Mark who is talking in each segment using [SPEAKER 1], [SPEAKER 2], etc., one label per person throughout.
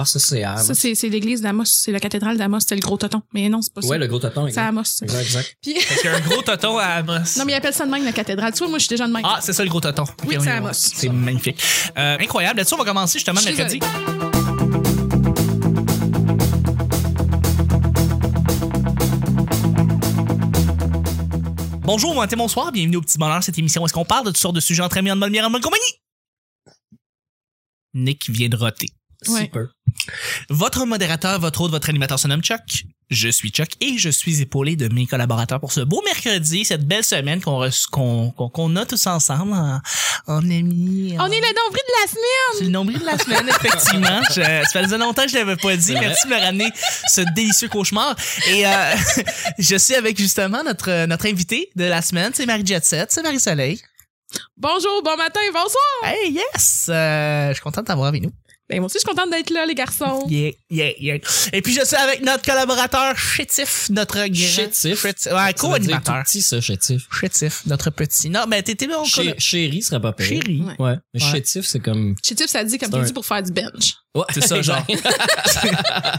[SPEAKER 1] Ah, ça, c'est à Amos.
[SPEAKER 2] Ça, c'est c'est l'église d'Amos. C'est la cathédrale d'Amos. C'est le gros toton. Mais non, c'est pas ça.
[SPEAKER 1] Ouais, le gros toton.
[SPEAKER 2] C'est
[SPEAKER 1] Exact,
[SPEAKER 2] Amos. ça.
[SPEAKER 1] exact. exact.
[SPEAKER 2] Puis,
[SPEAKER 3] Parce qu'il y a un gros toton à Amos.
[SPEAKER 2] non, mais ils appellent ça de même la cathédrale. Tu vois, moi, je suis déjà de même.
[SPEAKER 3] Ah, c'est ça le gros toton.
[SPEAKER 2] Oui,
[SPEAKER 3] Ok,
[SPEAKER 2] c'est
[SPEAKER 3] on y
[SPEAKER 2] Amos.
[SPEAKER 3] va. C'est magnifique. Euh, incroyable. Là-dessus, on va commencer justement
[SPEAKER 2] Je suis
[SPEAKER 3] mercredi. Bonjour, bon matin, bonsoir, bienvenue au Petit Bonheur, cette émission où est-ce qu'on parle de toutes sortes de sujets entre amis, en bonne bière, en bonne compagnie. Nick vient de roter.
[SPEAKER 2] Ouais.
[SPEAKER 1] Super.
[SPEAKER 3] Votre modérateur, votre hôte, votre animateur se nomme Chuck. Je suis Chuck et je suis épaulé de mes collaborateurs pour ce beau mercredi, cette belle semaine qu'on reç- qu'on qu'on- qu'on a tous ensemble en, en amis. en-
[SPEAKER 2] On est le nombril de la semaine.
[SPEAKER 3] C'est le nombril de la semaine, effectivement. Je- ça faisait longtemps que je l'avais pas dit.
[SPEAKER 1] vrai.
[SPEAKER 3] Merci de me ramener ce délicieux cauchemar. Et euh, je suis avec justement notre notre invité de la semaine, c'est Marie Jetset, c'est Marie Soleil.
[SPEAKER 2] Bonjour, bon matin, bonsoir.
[SPEAKER 3] Hey yes, Euh, je suis contente d'avoir avec nous.
[SPEAKER 2] Ben, moi aussi, je suis contente d'être là, les garçons.
[SPEAKER 3] Yeah, yeah, yeah. Et puis je suis avec notre collaborateur chétif, notre grand
[SPEAKER 1] Chétif.
[SPEAKER 3] Chétif. ouais,
[SPEAKER 1] Ça veut dire
[SPEAKER 3] co-animateur.
[SPEAKER 1] tout petit, ça, chétif.
[SPEAKER 3] Chétif, notre petit. Non, ben t'étais mon
[SPEAKER 1] Chéri
[SPEAKER 3] colla-
[SPEAKER 1] chérie serait pas pire.
[SPEAKER 3] Chéri.
[SPEAKER 2] Ouais.
[SPEAKER 1] Ouais. Mais
[SPEAKER 3] Ouais.
[SPEAKER 1] chétif, c'est comme.
[SPEAKER 2] Chétif, ça dit comme
[SPEAKER 1] C'est
[SPEAKER 2] tu
[SPEAKER 1] un-
[SPEAKER 2] dis pour faire du bench.
[SPEAKER 1] Ouais,
[SPEAKER 3] C'est ça, genre.
[SPEAKER 1] ouais,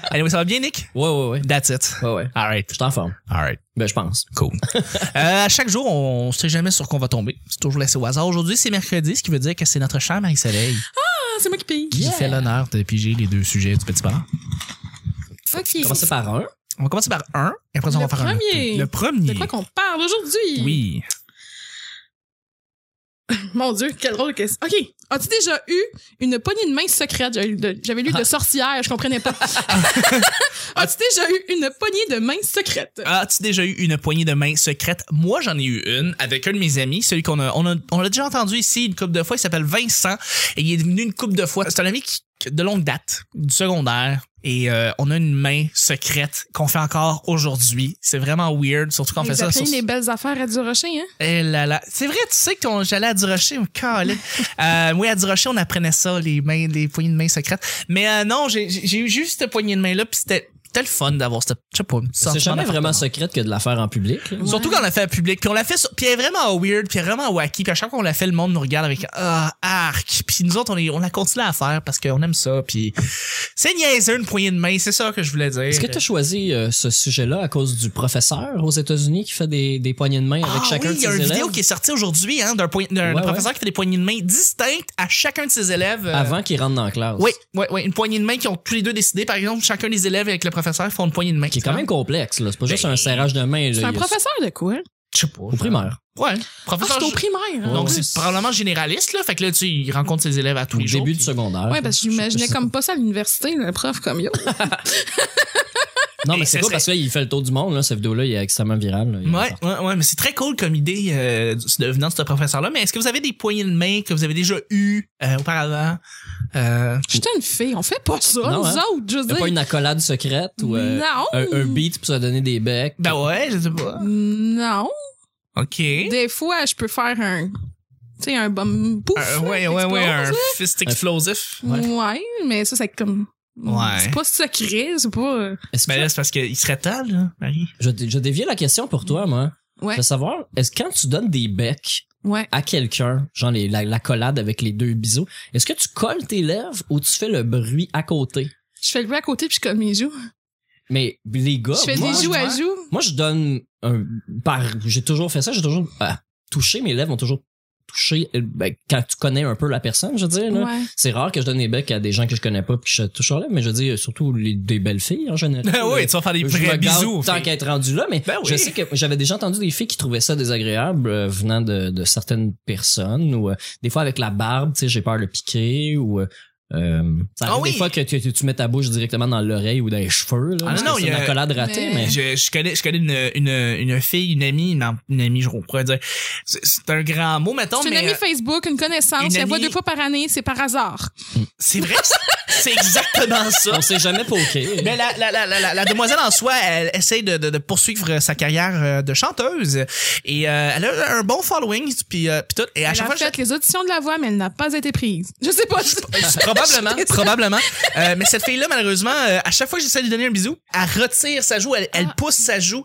[SPEAKER 3] Allez, ça va bien Nick?
[SPEAKER 1] ouais, ouais.
[SPEAKER 3] That's it.
[SPEAKER 1] Ouais, ouais.
[SPEAKER 3] All right.
[SPEAKER 1] Je suis en forme.
[SPEAKER 3] All right.
[SPEAKER 1] Ben, je pense.
[SPEAKER 3] Cool. Euh, à chaque jour, on sait jamais sur quoi on va tomber. C'est toujours laissé au hasard. Aujourd'hui, c'est mercredi, ce qui veut dire que c'est notre chère Marie-Soleil
[SPEAKER 2] Ah, c'est moi qui paye.
[SPEAKER 3] qui fait l'honneur de piger les deux sujets du petit bonheur.
[SPEAKER 2] OK.
[SPEAKER 1] Commencez par un.
[SPEAKER 3] On va commencer par un, et après, ça, on
[SPEAKER 2] Le
[SPEAKER 3] va faire
[SPEAKER 2] premier.
[SPEAKER 3] un. Le premier.
[SPEAKER 2] De quoi qu'on parle aujourd'hui?
[SPEAKER 3] Oui.
[SPEAKER 2] Mon Dieu, quelle drôle de question. OK. As-tu déjà eu une poignée de main secrète? J'avais lu de- J'avais
[SPEAKER 3] Ah.
[SPEAKER 2] lu de sorcière, je comprenais pas. As-tu déjà eu une poignée de main secrète?
[SPEAKER 3] As-tu déjà eu une poignée de main secrète? Moi, j'en ai eu une avec un de mes amis, celui qu'on a, on a, on l'a déjà entendu ici une couple de fois. Il s'appelle Vincent et il est devenu une couple de fois. C'est un ami qui- de longue date, du secondaire. Et euh, on a une main secrète qu'on fait encore aujourd'hui. C'est vraiment weird, surtout quand on fait
[SPEAKER 2] Vous
[SPEAKER 3] ça.
[SPEAKER 2] apprenez
[SPEAKER 3] sur-
[SPEAKER 2] les belles affaires à du rocher, hein?
[SPEAKER 3] Eh là là. C'est vrai, tu sais que ton- j'allais à Durocher, oh, calé. euh, oui, à Durocher, on apprenait ça, les mains, les poignées de main secrètes. Mais euh, non, j'ai- j'ai j'ai eu juste cette poignée de main-là, puis c'était c'était le fun d'avoir cette. Je sais pas, une sorte
[SPEAKER 1] C'est jamais
[SPEAKER 3] de-
[SPEAKER 1] vraiment secrète que de la faire en public. là.
[SPEAKER 3] Surtout
[SPEAKER 2] Ouais.
[SPEAKER 3] quand on l'a fait à public, puis on l'a fait, sur- puis elle est vraiment weird, puis elle est vraiment wacky, puis à chaque fois qu'on l'a fait, le monde nous regarde avec ah arc, puis nous autres on, est- on la continue à faire parce qu'on aime ça, puis c'est niaiseux une poignée de main, c'est ça que je voulais dire.
[SPEAKER 1] Est-ce que tu as choisi euh, ce sujet-là à cause du professeur aux États-Unis qui fait des, des poignées de main avec
[SPEAKER 3] Ah
[SPEAKER 1] chacun
[SPEAKER 3] oui,
[SPEAKER 1] de
[SPEAKER 3] il y
[SPEAKER 1] ses
[SPEAKER 3] a une
[SPEAKER 1] élèves?
[SPEAKER 3] vidéo qui est sortie aujourd'hui hein, d'un point- d'un
[SPEAKER 1] Ouais,
[SPEAKER 3] professeur qui fait des poignées de main distinctes à chacun de ses élèves. euh,
[SPEAKER 1] Avant qu'ils rentrent dans la classe.
[SPEAKER 3] Oui, oui, oui. Une poignée de main qui ont tous les deux décidé. Par exemple, chacun des élèves avec le professeur font une poignée de main.
[SPEAKER 1] Qui est quand même complexe. là. C'est pas juste
[SPEAKER 3] Ben,
[SPEAKER 1] un serrage de main. là.
[SPEAKER 2] C'est un
[SPEAKER 1] Il y a-
[SPEAKER 2] professeur de quoi?
[SPEAKER 3] Je sais pas.
[SPEAKER 1] Au primaire.
[SPEAKER 3] Ouais.
[SPEAKER 2] Ah,
[SPEAKER 3] Professeur.
[SPEAKER 2] c'est au
[SPEAKER 3] Ah, je-
[SPEAKER 2] primaire. hein, en
[SPEAKER 3] Donc,
[SPEAKER 2] plus.
[SPEAKER 3] c'est probablement généraliste, là. Fait que là, tu sais, il rencontre ses élèves à tous
[SPEAKER 1] Au
[SPEAKER 3] les jours.
[SPEAKER 1] début du
[SPEAKER 3] puis-
[SPEAKER 1] secondaire.
[SPEAKER 2] Ouais, parce que j'imaginais comme pas ça à l'université, le prof comme yo.
[SPEAKER 1] Non,
[SPEAKER 3] Et
[SPEAKER 1] mais c'est pas
[SPEAKER 3] ce serait-
[SPEAKER 1] parce que là, il fait le tour du monde, là, cette vidéo-là, il est extrêmement viral. là. Il est
[SPEAKER 3] Ouais,
[SPEAKER 1] partout.
[SPEAKER 3] ouais, ouais, mais c'est très cool comme idée euh, de venant de ce professeur-là. Mais est-ce que vous avez des poignées de main que vous avez déjà eues euh, auparavant? Euh,
[SPEAKER 2] J'étais une fille, on fait pas ça,
[SPEAKER 1] Non,
[SPEAKER 2] nous
[SPEAKER 1] hein?
[SPEAKER 2] autres, je veux
[SPEAKER 1] Y a pas
[SPEAKER 2] dire.
[SPEAKER 1] une accolade secrète ou euh,
[SPEAKER 2] Non.
[SPEAKER 1] un, un beat pour se donner des becs.
[SPEAKER 3] ben ouais, je sais pas.
[SPEAKER 2] Non.
[SPEAKER 3] OK.
[SPEAKER 2] Des fois, je peux faire un. Tu sais, un bum pouf.
[SPEAKER 3] Euh,
[SPEAKER 2] là,
[SPEAKER 3] ouais, ouais, ouais, un
[SPEAKER 2] explose,
[SPEAKER 3] fist explosif.
[SPEAKER 2] là. Ouais, mais ça, c'est comme.
[SPEAKER 3] Ouais.
[SPEAKER 2] C'est pas secret, c'est pas.
[SPEAKER 1] Est-ce que
[SPEAKER 3] Mais Ben là, c'est parce qu'il serait temps, là, Marie.
[SPEAKER 1] je, dé- je déviais la question pour toi, moi.
[SPEAKER 2] Ouais.
[SPEAKER 1] Je veux savoir, est-ce que quand tu donnes des becs
[SPEAKER 2] Ouais.
[SPEAKER 1] à quelqu'un, genre les, la, la collade avec les deux bisous, est-ce que tu colles tes lèvres ou tu fais le bruit à côté?
[SPEAKER 2] Je fais le bruit à côté puis je colle mes joues.
[SPEAKER 1] Mais les gars,
[SPEAKER 2] je fais
[SPEAKER 1] Oh, moi,
[SPEAKER 2] des joues à
[SPEAKER 3] ouais.
[SPEAKER 2] joues.
[SPEAKER 1] moi, je donne un par j'ai toujours fait ça, j'ai toujours ah, touché mes lèvres, ont toujours touché euh, ben, quand tu connais un peu la personne, je veux dire là.
[SPEAKER 2] Ouais.
[SPEAKER 1] C'est rare que je donne des becs à des gens que je connais pas puis que je touche leur lèvres, mais je dis surtout les, des belles filles en général.
[SPEAKER 3] Ah oui, tu vas faire des
[SPEAKER 1] Je me
[SPEAKER 3] vrais
[SPEAKER 1] gâte
[SPEAKER 3] bisous.
[SPEAKER 1] tant qu'à être rendu là, mais
[SPEAKER 3] Ben oui.
[SPEAKER 1] je sais que j'avais déjà entendu des filles qui trouvaient ça désagréable euh, venant de, de certaines personnes ou euh, des fois avec la barbe, tu sais, j'ai peur de piquer ou euh, euh, ça
[SPEAKER 3] Ah
[SPEAKER 1] arrive
[SPEAKER 3] oui.
[SPEAKER 1] des fois que tu, tu- tu mets ta bouche directement dans l'oreille ou dans les cheveux là,
[SPEAKER 3] Ah
[SPEAKER 1] parce que
[SPEAKER 3] non, non,
[SPEAKER 1] c'est
[SPEAKER 3] il y
[SPEAKER 1] une
[SPEAKER 3] a-
[SPEAKER 1] accolade ratée,
[SPEAKER 2] Mais-
[SPEAKER 1] mais
[SPEAKER 3] Je, je connais, je connais une, une, une fille, une amie, une, am- une amie, je pourrais dire. C'est c'est un grand mot, mettons,
[SPEAKER 2] C'est une
[SPEAKER 3] mais
[SPEAKER 2] amie
[SPEAKER 3] euh,
[SPEAKER 2] Facebook, une connaissance,
[SPEAKER 3] une
[SPEAKER 2] je la vois
[SPEAKER 3] amie-
[SPEAKER 2] deux fois par année, c'est par hasard.
[SPEAKER 3] c'est vrai, c'est- c'est exactement ça.
[SPEAKER 1] on sait jamais poker.
[SPEAKER 3] Mais la, la, la, la, la- la demoiselle en soi, elle essaye de, de, de poursuivre sa carrière euh, de chanteuse et euh, elle a un bon following puis euh, puis tout. Et à
[SPEAKER 2] Elle
[SPEAKER 3] chaque
[SPEAKER 2] a
[SPEAKER 3] fois, je-
[SPEAKER 2] fait les auditions de la voix, mais elle n'a pas été prise. Je sais pas.
[SPEAKER 3] C'est probablement,
[SPEAKER 2] Je sais pas.
[SPEAKER 3] probablement. Euh, mais cette fille-là, malheureusement, euh, à chaque fois que j'essaie de lui donner un bisou, elle retire sa joue, elle, elle
[SPEAKER 2] Ah.
[SPEAKER 3] pousse sa joue.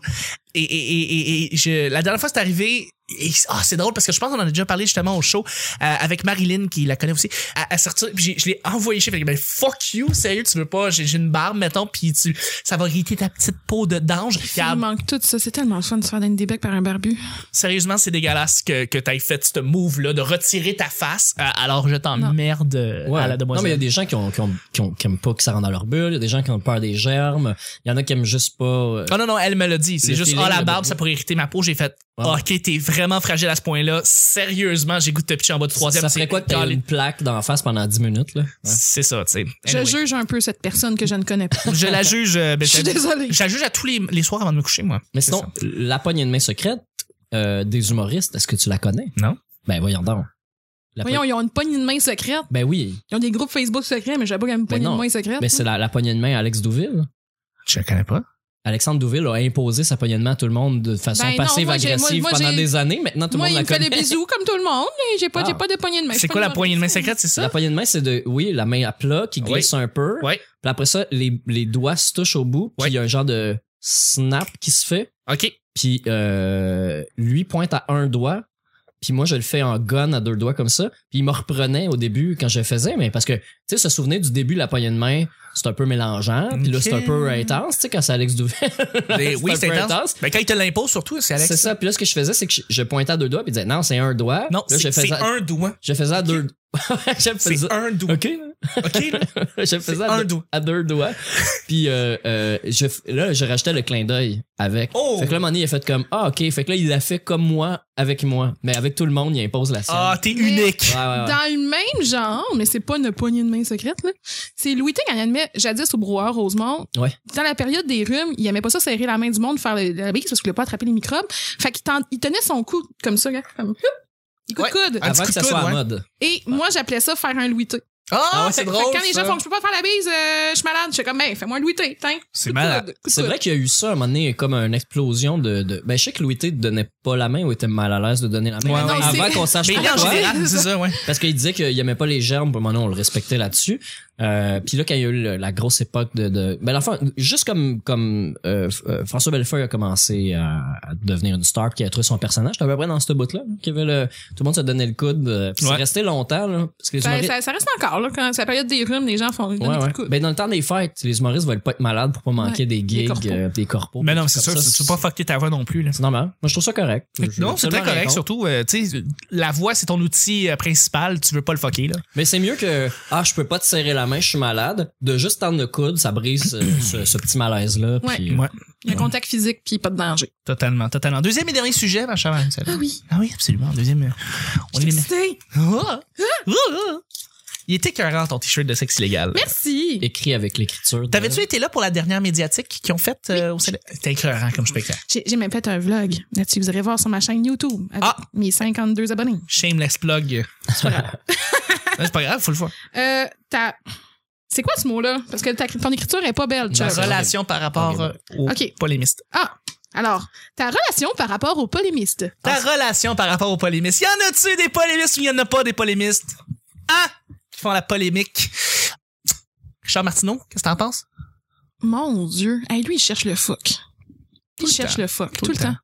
[SPEAKER 3] Et, et, et, et- et je- la dernière fois, c'est arrivé. et- ah, c'est drôle parce que je pense qu'on en a déjà parlé justement au show euh, avec Marilyn qui la connaît aussi. À, à sortir, puis j'ai- je l'ai envoyé chez. Fait que, ben fuck you, sérieux, tu veux pas J'ai j'ai une barbe, mettons, puis tu, ça va irriter ta petite peau de d'ange. Puis elle-
[SPEAKER 2] Il manque tout ça. C'est tellement le fun de se faire donner des becs par un barbu.
[SPEAKER 3] Sérieusement, c'est dégueulasse que, que t'aies fait ce move-là de retirer ta face. euh, alors je t'emmerde euh,
[SPEAKER 1] Ouais.
[SPEAKER 3] à la
[SPEAKER 1] non, mais il y a
[SPEAKER 3] demoiselle.
[SPEAKER 1] des gens qui, ont, qui, ont, qui, ont- qui aiment pas que ça rentre dans leur bulle. Il y a des gens qui ont peur des germes. Il y en a qui aiment juste pas. euh,
[SPEAKER 3] Ah non, non, elle me l'a dit. C'est
[SPEAKER 1] Le
[SPEAKER 3] juste,
[SPEAKER 1] feeling,
[SPEAKER 3] ah, la
[SPEAKER 1] le
[SPEAKER 3] barbe,
[SPEAKER 1] barbe.
[SPEAKER 3] ça pourrait irriter ma peau. J'ai fait, ah,
[SPEAKER 1] Ouais.
[SPEAKER 3] ok, t'es vraiment fragile à ce point-là. Sérieusement, j'ai goût de te pitcher en bas de troisième.
[SPEAKER 1] ça
[SPEAKER 3] C'est
[SPEAKER 1] ferait quoi que t'aies
[SPEAKER 3] calé.
[SPEAKER 1] une plaque d'en face pendant 10 minutes, là? Ouais.
[SPEAKER 3] C'est ça, tu sais.
[SPEAKER 2] Je
[SPEAKER 3] Anyway.
[SPEAKER 2] juge un peu cette personne que je ne connais pas.
[SPEAKER 3] Je la juge. euh, ben,
[SPEAKER 2] Je suis
[SPEAKER 3] je-
[SPEAKER 2] désolée.
[SPEAKER 3] je la juge à tous les, les soirs avant de me coucher, moi.
[SPEAKER 1] Mais
[SPEAKER 3] C'est
[SPEAKER 1] sinon, la poignée de main secrète euh, des humoristes, est-ce que tu la connais?
[SPEAKER 3] Non.
[SPEAKER 1] Ben voyons donc. La
[SPEAKER 2] Voyons, ils ont une poignée de main secrète.
[SPEAKER 1] poignée- Ben oui,
[SPEAKER 2] Ils ont des groupes Facebook secrets, mais j'avais pas quand même une poignée de
[SPEAKER 1] non.
[SPEAKER 2] main secrète.
[SPEAKER 1] ben c'est la, la poignée de main à Alex Douville.
[SPEAKER 3] ça. Je la connais pas.
[SPEAKER 1] Alexandre Douville a imposé sa poignée de main à tout le monde de façon
[SPEAKER 2] Ben non, moi, j'ai-
[SPEAKER 1] passive-agressive
[SPEAKER 2] moi, moi,
[SPEAKER 1] pendant
[SPEAKER 2] j'ai-
[SPEAKER 1] des années. Maintenant, tout le
[SPEAKER 2] Moi,
[SPEAKER 1] monde
[SPEAKER 2] il
[SPEAKER 1] la
[SPEAKER 2] me fait
[SPEAKER 1] connaît.
[SPEAKER 2] des bisous comme tout le monde, mais j'ai pas, j'ai
[SPEAKER 1] Ah.
[SPEAKER 2] pas de poignée de main. Je
[SPEAKER 3] C'est
[SPEAKER 2] suis
[SPEAKER 3] quoi
[SPEAKER 2] pas
[SPEAKER 3] la
[SPEAKER 2] une
[SPEAKER 3] poignée de main secrète, c'est
[SPEAKER 1] La
[SPEAKER 3] ça?
[SPEAKER 1] poignée de main, c'est de, oui, la main à plat qui
[SPEAKER 3] Oui.
[SPEAKER 1] glisse un peu.
[SPEAKER 3] Ouais.
[SPEAKER 1] Puis après ça, les, les doigts se touchent au bout, puis
[SPEAKER 3] Ouais.
[SPEAKER 1] il y a un genre de snap qui se fait.
[SPEAKER 3] OK.
[SPEAKER 1] Puis euh, lui pointe à un doigt. Puis moi, je le fais en gun à deux doigts comme ça. Puis il me reprenait au début quand je le faisais, mais parce que, tu sais, se souvenir du début, la poignée de main, c'est un peu mélangeant. Puis là,
[SPEAKER 3] Ok.
[SPEAKER 1] c'est un peu intense, tu sais, quand c'est Alex Douvet.
[SPEAKER 3] Mais oui,
[SPEAKER 1] un
[SPEAKER 3] c'est
[SPEAKER 1] peu
[SPEAKER 3] intense. Ben, quand il te l'impose, surtout, c'est Alex.
[SPEAKER 1] C'est ça. Puis là, ce que je faisais, c'est que je, je pointais à deux doigts, puis il disait, non, c'est un doigt.
[SPEAKER 3] Non,
[SPEAKER 1] là, je
[SPEAKER 3] c'est c'est
[SPEAKER 1] faisais,
[SPEAKER 3] un doigt.
[SPEAKER 1] je faisais à
[SPEAKER 3] Ok.
[SPEAKER 1] deux. je faisais.
[SPEAKER 3] C'est un doigt.
[SPEAKER 1] OK.
[SPEAKER 3] OK, là?
[SPEAKER 1] je
[SPEAKER 3] C'est
[SPEAKER 1] faisais à
[SPEAKER 3] un
[SPEAKER 1] deux,
[SPEAKER 3] doigt.
[SPEAKER 1] à deux doigts. Puis euh, euh, je, f- là, je rachetais le clin d'œil avec.
[SPEAKER 3] Oh!
[SPEAKER 1] Fait que là, Manny, il a fait comme Ah, ok. Fait que là, il l'a fait comme moi, avec moi. Mais avec tout le monde, il impose la sienne.
[SPEAKER 3] Ah, t'es unique.
[SPEAKER 1] Ouais, ouais, ouais.
[SPEAKER 2] Dans le même genre, mais c'est pas une poignée de main secrète, là. C'est Louis T. quand il animait jadis au brouhaha Rosemont.
[SPEAKER 1] Ouais.
[SPEAKER 2] Dans la période des rhumes, il aimait pas ça serrer la main du monde, faire le- la bise parce qu'il voulait pas attraper les microbes. Fait qu'il ten- il tenait son cou comme ça, regarde, comme, houp, il coup de
[SPEAKER 3] Ouais.
[SPEAKER 2] coude.
[SPEAKER 3] Ah, un petit
[SPEAKER 1] Avant
[SPEAKER 3] coup
[SPEAKER 1] que ça
[SPEAKER 3] de
[SPEAKER 1] soit
[SPEAKER 3] coude,
[SPEAKER 1] à
[SPEAKER 3] ouais.
[SPEAKER 1] mode.
[SPEAKER 2] Et moi, j'appelais ça faire un Louis T.
[SPEAKER 3] Ah,
[SPEAKER 1] ouais,
[SPEAKER 3] c'est
[SPEAKER 2] Fait que
[SPEAKER 3] drôle.
[SPEAKER 2] quand les gens
[SPEAKER 3] ça.
[SPEAKER 2] font, je peux pas faire la bise, euh, je suis malade, je suis comme, ben, fais-moi un Louis T, tiens.
[SPEAKER 3] Ben, C'est
[SPEAKER 2] Coup de
[SPEAKER 3] malade.
[SPEAKER 2] coude, coup de
[SPEAKER 1] C'est
[SPEAKER 2] coude.
[SPEAKER 1] vrai qu'il y a eu ça à un moment donné, comme une explosion de. de- Ben, je sais que Louis T donnait pas la main ou était mal à l'aise de donner la main.
[SPEAKER 3] Ouais,
[SPEAKER 1] Avant-
[SPEAKER 3] ouais.
[SPEAKER 1] Avant
[SPEAKER 2] c'est-
[SPEAKER 1] qu'on sache
[SPEAKER 3] Mais il est en
[SPEAKER 1] pourquoi.
[SPEAKER 3] général, c'est ça, ouais.
[SPEAKER 1] Parce qu'il disait qu'il aimait pas les germes, pour moment on le respectait là-dessus. Euh, puis là, quand il y a eu le- la grosse époque de, de ben l'enfant, juste comme comme euh, F- euh, François Bellefeuille a commencé à, à devenir une star, puis qui a trouvé son personnage, c'était à peu près dans ce bout-là, hein, qu'il y avait le, tout le monde se donnait le coude, euh, puis
[SPEAKER 3] Ouais.
[SPEAKER 1] c'est resté longtemps là, parce que les
[SPEAKER 2] Ben, Ça,
[SPEAKER 1] humoristes-
[SPEAKER 2] ça- ça reste encore, là. Quand c'est la période des rhumes, les gens font donner
[SPEAKER 1] Ouais,
[SPEAKER 2] des
[SPEAKER 1] ouais.
[SPEAKER 2] coups de coude.
[SPEAKER 1] Ben dans le temps des fêtes, les humoristes veulent pas être malades pour pas manquer des gigs,
[SPEAKER 2] corpos.
[SPEAKER 1] euh, des corpos.
[SPEAKER 3] Mais
[SPEAKER 1] des
[SPEAKER 3] non,
[SPEAKER 1] trucs
[SPEAKER 3] c'est sûr,
[SPEAKER 1] comme ça.
[SPEAKER 3] tu peux pas fucker ta voix non plus, là.
[SPEAKER 1] C'est normal. Moi, je trouve ça correct. Je-
[SPEAKER 3] Non, c'est
[SPEAKER 1] absolument
[SPEAKER 3] très
[SPEAKER 1] rien
[SPEAKER 3] correct,
[SPEAKER 1] contre.
[SPEAKER 3] surtout, euh, tu sais, la voix, c'est ton outil euh, principal, tu veux pas le fucker, là.
[SPEAKER 1] Mais c'est mieux que ah je peux pas te serrer la main, je suis malade. De juste tendre le coude, ça brise euh, ce, ce petit euh, malaise là.
[SPEAKER 2] Ouais. Il y
[SPEAKER 3] Ben,
[SPEAKER 2] a contact physique puis pas de danger.
[SPEAKER 3] Totalement, totalement. Deuxième et dernier sujet, ma chère Marie-Soleil.
[SPEAKER 2] Ah oui.
[SPEAKER 3] Ah oui, absolument. Deuxième. euh, On est les
[SPEAKER 2] Excitée.
[SPEAKER 3] Ah! Ah! Ah! Il était écœurant ton t-shirt de sexe illégal.
[SPEAKER 2] Merci.
[SPEAKER 1] écrit avec l'écriture. de-
[SPEAKER 3] T'avais-tu été là pour la dernière médiatique qu'ils ont faite euh, au Célé- C'était écœurant comme spectacle.
[SPEAKER 2] J'ai j'ai même fait un vlog là-dessus. Vous irez voir sur ma chaîne YouTube avec
[SPEAKER 3] Ah.
[SPEAKER 2] mes 52 abonnés.
[SPEAKER 3] Shameless plug. C'est pas grave. Non, C'est pas grave, faut le voir.
[SPEAKER 2] Euh, ta- C'est quoi ce mot-là? Parce que ta- ton écriture est pas belle,
[SPEAKER 3] Ta
[SPEAKER 1] c'est
[SPEAKER 2] Chuck.
[SPEAKER 1] vrai.
[SPEAKER 3] relation par rapport euh, au
[SPEAKER 2] Ok.
[SPEAKER 3] polémiste.
[SPEAKER 2] Ah! Alors, ta relation par rapport aux polémistes.
[SPEAKER 3] Ta relation par rapport aux polémistes. Y en a-tu des polémistes ou y en a pas des polémistes? Hein? Qui font la polémique. Richard Martineau, qu'est-ce que t'en penses?
[SPEAKER 2] Mon Dieu. Hey, lui, il cherche le fuck.
[SPEAKER 3] Tout
[SPEAKER 2] il
[SPEAKER 3] le
[SPEAKER 2] cherche
[SPEAKER 3] temps.
[SPEAKER 2] le fuck. Tout, le temps.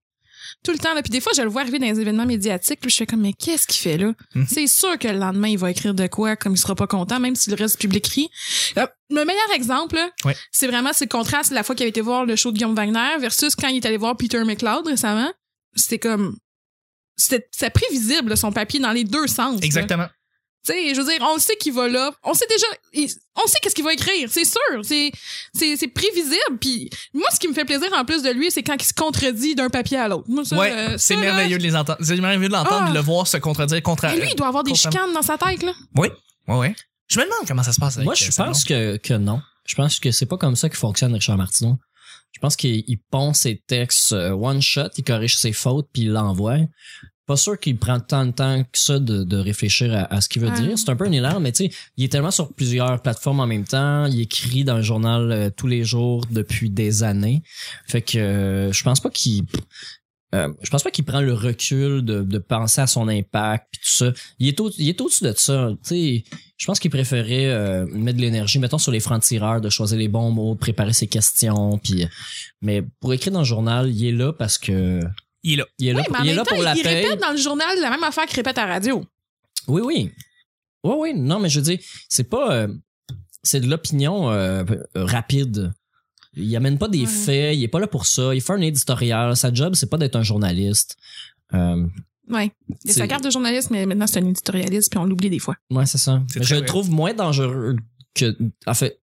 [SPEAKER 2] Tout le temps. Là. Puis des fois, je le vois arriver dans les événements médiatiques. Puis je fais comme, mais qu'est-ce qu'il fait là?
[SPEAKER 3] Mhm.
[SPEAKER 2] C'est sûr que le lendemain, il va écrire de quoi, comme il sera pas content, même si le reste du public rit. Euh, Le meilleur exemple, là,
[SPEAKER 3] Ouais.
[SPEAKER 2] c'est vraiment c'est le contraste de la fois qu'il avait été voir le show de Guillaume Wagner versus quand il est allé voir Peter McLeod récemment. C'était comme. C'était c'était prévisible, là, son papier, dans les deux sens. là.
[SPEAKER 3] Exactement.
[SPEAKER 2] Tu sais, je veux dire, on sait qu'il va là. On sait déjà, il- on sait qu'est-ce qu'il va écrire. C'est sûr. C'est, c'est, c'est prévisible. Puis moi, ce qui me fait plaisir en plus de lui, c'est quand il se contredit d'un papier à l'autre. Moi, ça,
[SPEAKER 3] ouais,
[SPEAKER 2] euh,
[SPEAKER 3] c'est
[SPEAKER 2] ça, là,
[SPEAKER 3] merveilleux de les entendre. C'est merveilleux de l'entendre,
[SPEAKER 2] Ah.
[SPEAKER 3] de le voir se contredire contre.
[SPEAKER 2] mais lui, il doit avoir des
[SPEAKER 3] Constamment.
[SPEAKER 2] chicanes dans sa tête, là.
[SPEAKER 3] Ouais, ouais. Je me demande comment ça se passe. Avec
[SPEAKER 1] Moi, je
[SPEAKER 3] euh, ça,
[SPEAKER 1] pense que, que non. Je pense que c'est pas comme ça que fonctionne Richard Martineau. Je pense qu'il il pond ses textes euh, one shot, il corrige ses fautes puis il l'envoie. Pas sûr qu'il prend tant de temps que ça de, de réfléchir à, à ce qu'il veut
[SPEAKER 2] Ouais.
[SPEAKER 1] dire. C'est un peu un hilar, mais tu sais, il est tellement sur plusieurs plateformes en même temps. Il écrit dans le journal euh, tous les jours depuis des années. Fait que euh, je pense pas qu'il euh, je pense pas qu'il prend le recul de, de penser à son impact puis tout ça. Il est au, il est au-dessus de ça. Tu sais, je pense qu'il préférait euh, mettre de l'énergie, mettons sur les francs tireurs, de choisir les bons mots, de préparer ses questions. Puis, mais pour écrire dans le journal, il est là parce que
[SPEAKER 3] Il est là.
[SPEAKER 1] il est là,
[SPEAKER 2] Oui,
[SPEAKER 1] pour-
[SPEAKER 2] mais en
[SPEAKER 1] il est
[SPEAKER 2] même
[SPEAKER 1] là
[SPEAKER 2] temps,
[SPEAKER 1] pour la
[SPEAKER 2] il
[SPEAKER 1] paix.
[SPEAKER 2] répète dans le journal la même affaire qu'il répète à la radio.
[SPEAKER 1] Oui, oui. Oui, oui. Non, mais je veux dire, c'est pas. euh, c'est de l'opinion euh, euh, rapide. Il amène pas des
[SPEAKER 2] Ouais.
[SPEAKER 1] faits, il est pas là pour ça. Il fait un éditorial. Sa job, c'est pas d'être un journaliste. Euh,
[SPEAKER 2] Ouais. C'est
[SPEAKER 1] C'est-
[SPEAKER 2] sa carte de journaliste, mais maintenant, c'est un éditorialiste, puis on l'oublie des fois.
[SPEAKER 1] ouais, c'est ça.
[SPEAKER 3] C'est
[SPEAKER 1] Mais
[SPEAKER 3] très
[SPEAKER 1] Je le
[SPEAKER 3] vrai.
[SPEAKER 1] trouve moins dangereux que. En fait,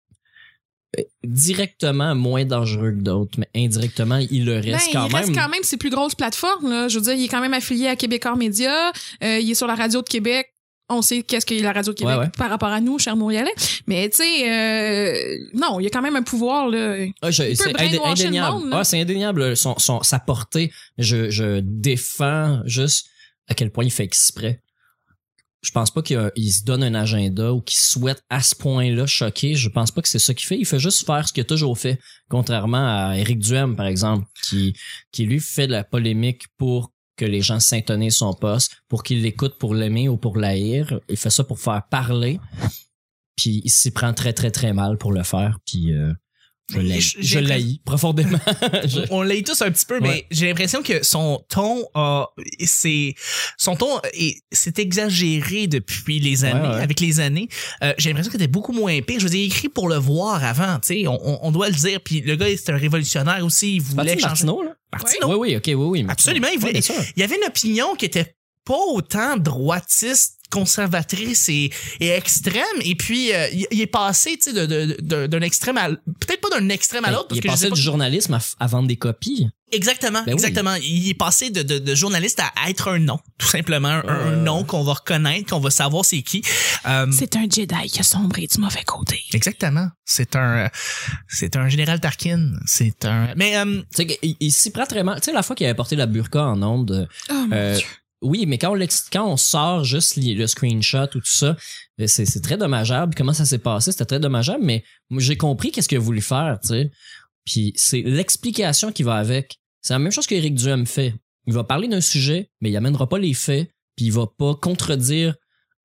[SPEAKER 1] euh, directement moins dangereux que d'autres, mais indirectement, il le
[SPEAKER 2] Ben,
[SPEAKER 1] reste,
[SPEAKER 2] il
[SPEAKER 1] quand, même.
[SPEAKER 2] reste quand même ses plus grosses plateformes. Là. Je veux dire, il est quand même affilié à Québécois Média. Euh, il est sur la radio de Québec. On sait qu'est-ce que la radio de Québec
[SPEAKER 1] Ouais, ouais.
[SPEAKER 2] par rapport à nous, chers Montréalais. Mais tu sais, euh, non, il y a quand même un pouvoir. Là.
[SPEAKER 1] Ah, je-
[SPEAKER 2] peut
[SPEAKER 1] c'est
[SPEAKER 2] brainwasher le
[SPEAKER 1] indé- indéniable.
[SPEAKER 2] monde, là.
[SPEAKER 1] ah, c'est indéniable son, son, sa portée. Je, je défends juste à quel point il fait exprès. Je pense pas qu'il y a- il se donne un agenda ou qu'il souhaite à ce point-là choquer. Je pense pas que c'est ça qu'il fait. Il fait juste faire ce qu'il a toujours fait. Contrairement à Éric Duhem, par exemple, qui, qui lui fait de la polémique pour que les gens s'intonisent son poste, pour qu'ils l'écoutent pour l'aimer ou pour l'haïr. Il fait ça pour faire parler. Puis il s'y prend très, très, très mal pour le faire. Puis euh, je l'haïs.
[SPEAKER 3] J'ai-
[SPEAKER 1] Je
[SPEAKER 3] j'ai
[SPEAKER 1] l'haïs profondément. Je-
[SPEAKER 3] On l'est tous un petit peu, mais
[SPEAKER 1] Ouais.
[SPEAKER 3] j'ai l'impression que son ton a, c'est, son ton est- s'est exagéré depuis les années,
[SPEAKER 1] ouais.
[SPEAKER 3] avec les années. Euh, j'ai l'impression qu'il était beaucoup moins pire. Je veux dire, il écrit pour le voir avant, tu sais, on, on- on doit le dire. Puis le gars, c'est un révolutionnaire aussi, il voulait
[SPEAKER 1] Parti
[SPEAKER 3] changer.
[SPEAKER 1] Martineau, là?
[SPEAKER 3] Martineau.
[SPEAKER 1] Oui, oui, ok, oui, oui.
[SPEAKER 3] Absolument, il
[SPEAKER 1] Oui,
[SPEAKER 3] voulait-
[SPEAKER 1] bien sûr.
[SPEAKER 3] il y avait une opinion qui était pas autant droitiste conservatrice et, et extrême et puis euh, il, il est passé tu sais de- de- de- d'un extrême à l- peut-être pas d'un extrême à l'autre
[SPEAKER 1] Ben, Il
[SPEAKER 3] parce
[SPEAKER 1] est passé
[SPEAKER 3] que je sais pas-
[SPEAKER 1] du journalisme à, f- à vendre des copies.
[SPEAKER 3] exactement
[SPEAKER 1] Ben oui.
[SPEAKER 3] exactement il est passé de, de- de journaliste à être un nom tout simplement un, un
[SPEAKER 1] Euh.
[SPEAKER 3] nom qu'on va reconnaître qu'on va savoir c'est qui Euh,
[SPEAKER 2] C'est un Jedi qui a sombré du mauvais côté.
[SPEAKER 3] exactement c'est un euh, c'est un général Tarkin c'est un mais
[SPEAKER 2] Hein?
[SPEAKER 3] euh,
[SPEAKER 1] Tu sais, il, il s'y prend très mal. Tu sais, la fois qu'il avait porté la burqa en ondes,
[SPEAKER 2] Oh, mon
[SPEAKER 1] euh,
[SPEAKER 2] Dieu.
[SPEAKER 1] oui, mais quand on, l'ex- quand on sort juste li- le screenshot ou tout ça, ben, c'est c'est très dommageable. Comment ça s'est passé? C'était très dommageable, mais moi, j'ai compris qu'est-ce qu'il a voulu faire, tu sais. Puis c'est l'explication qui va avec. C'est la même chose qu'Éric Duhem fait. Il va parler d'un sujet, mais il amènera pas les faits, puis il va pas contredire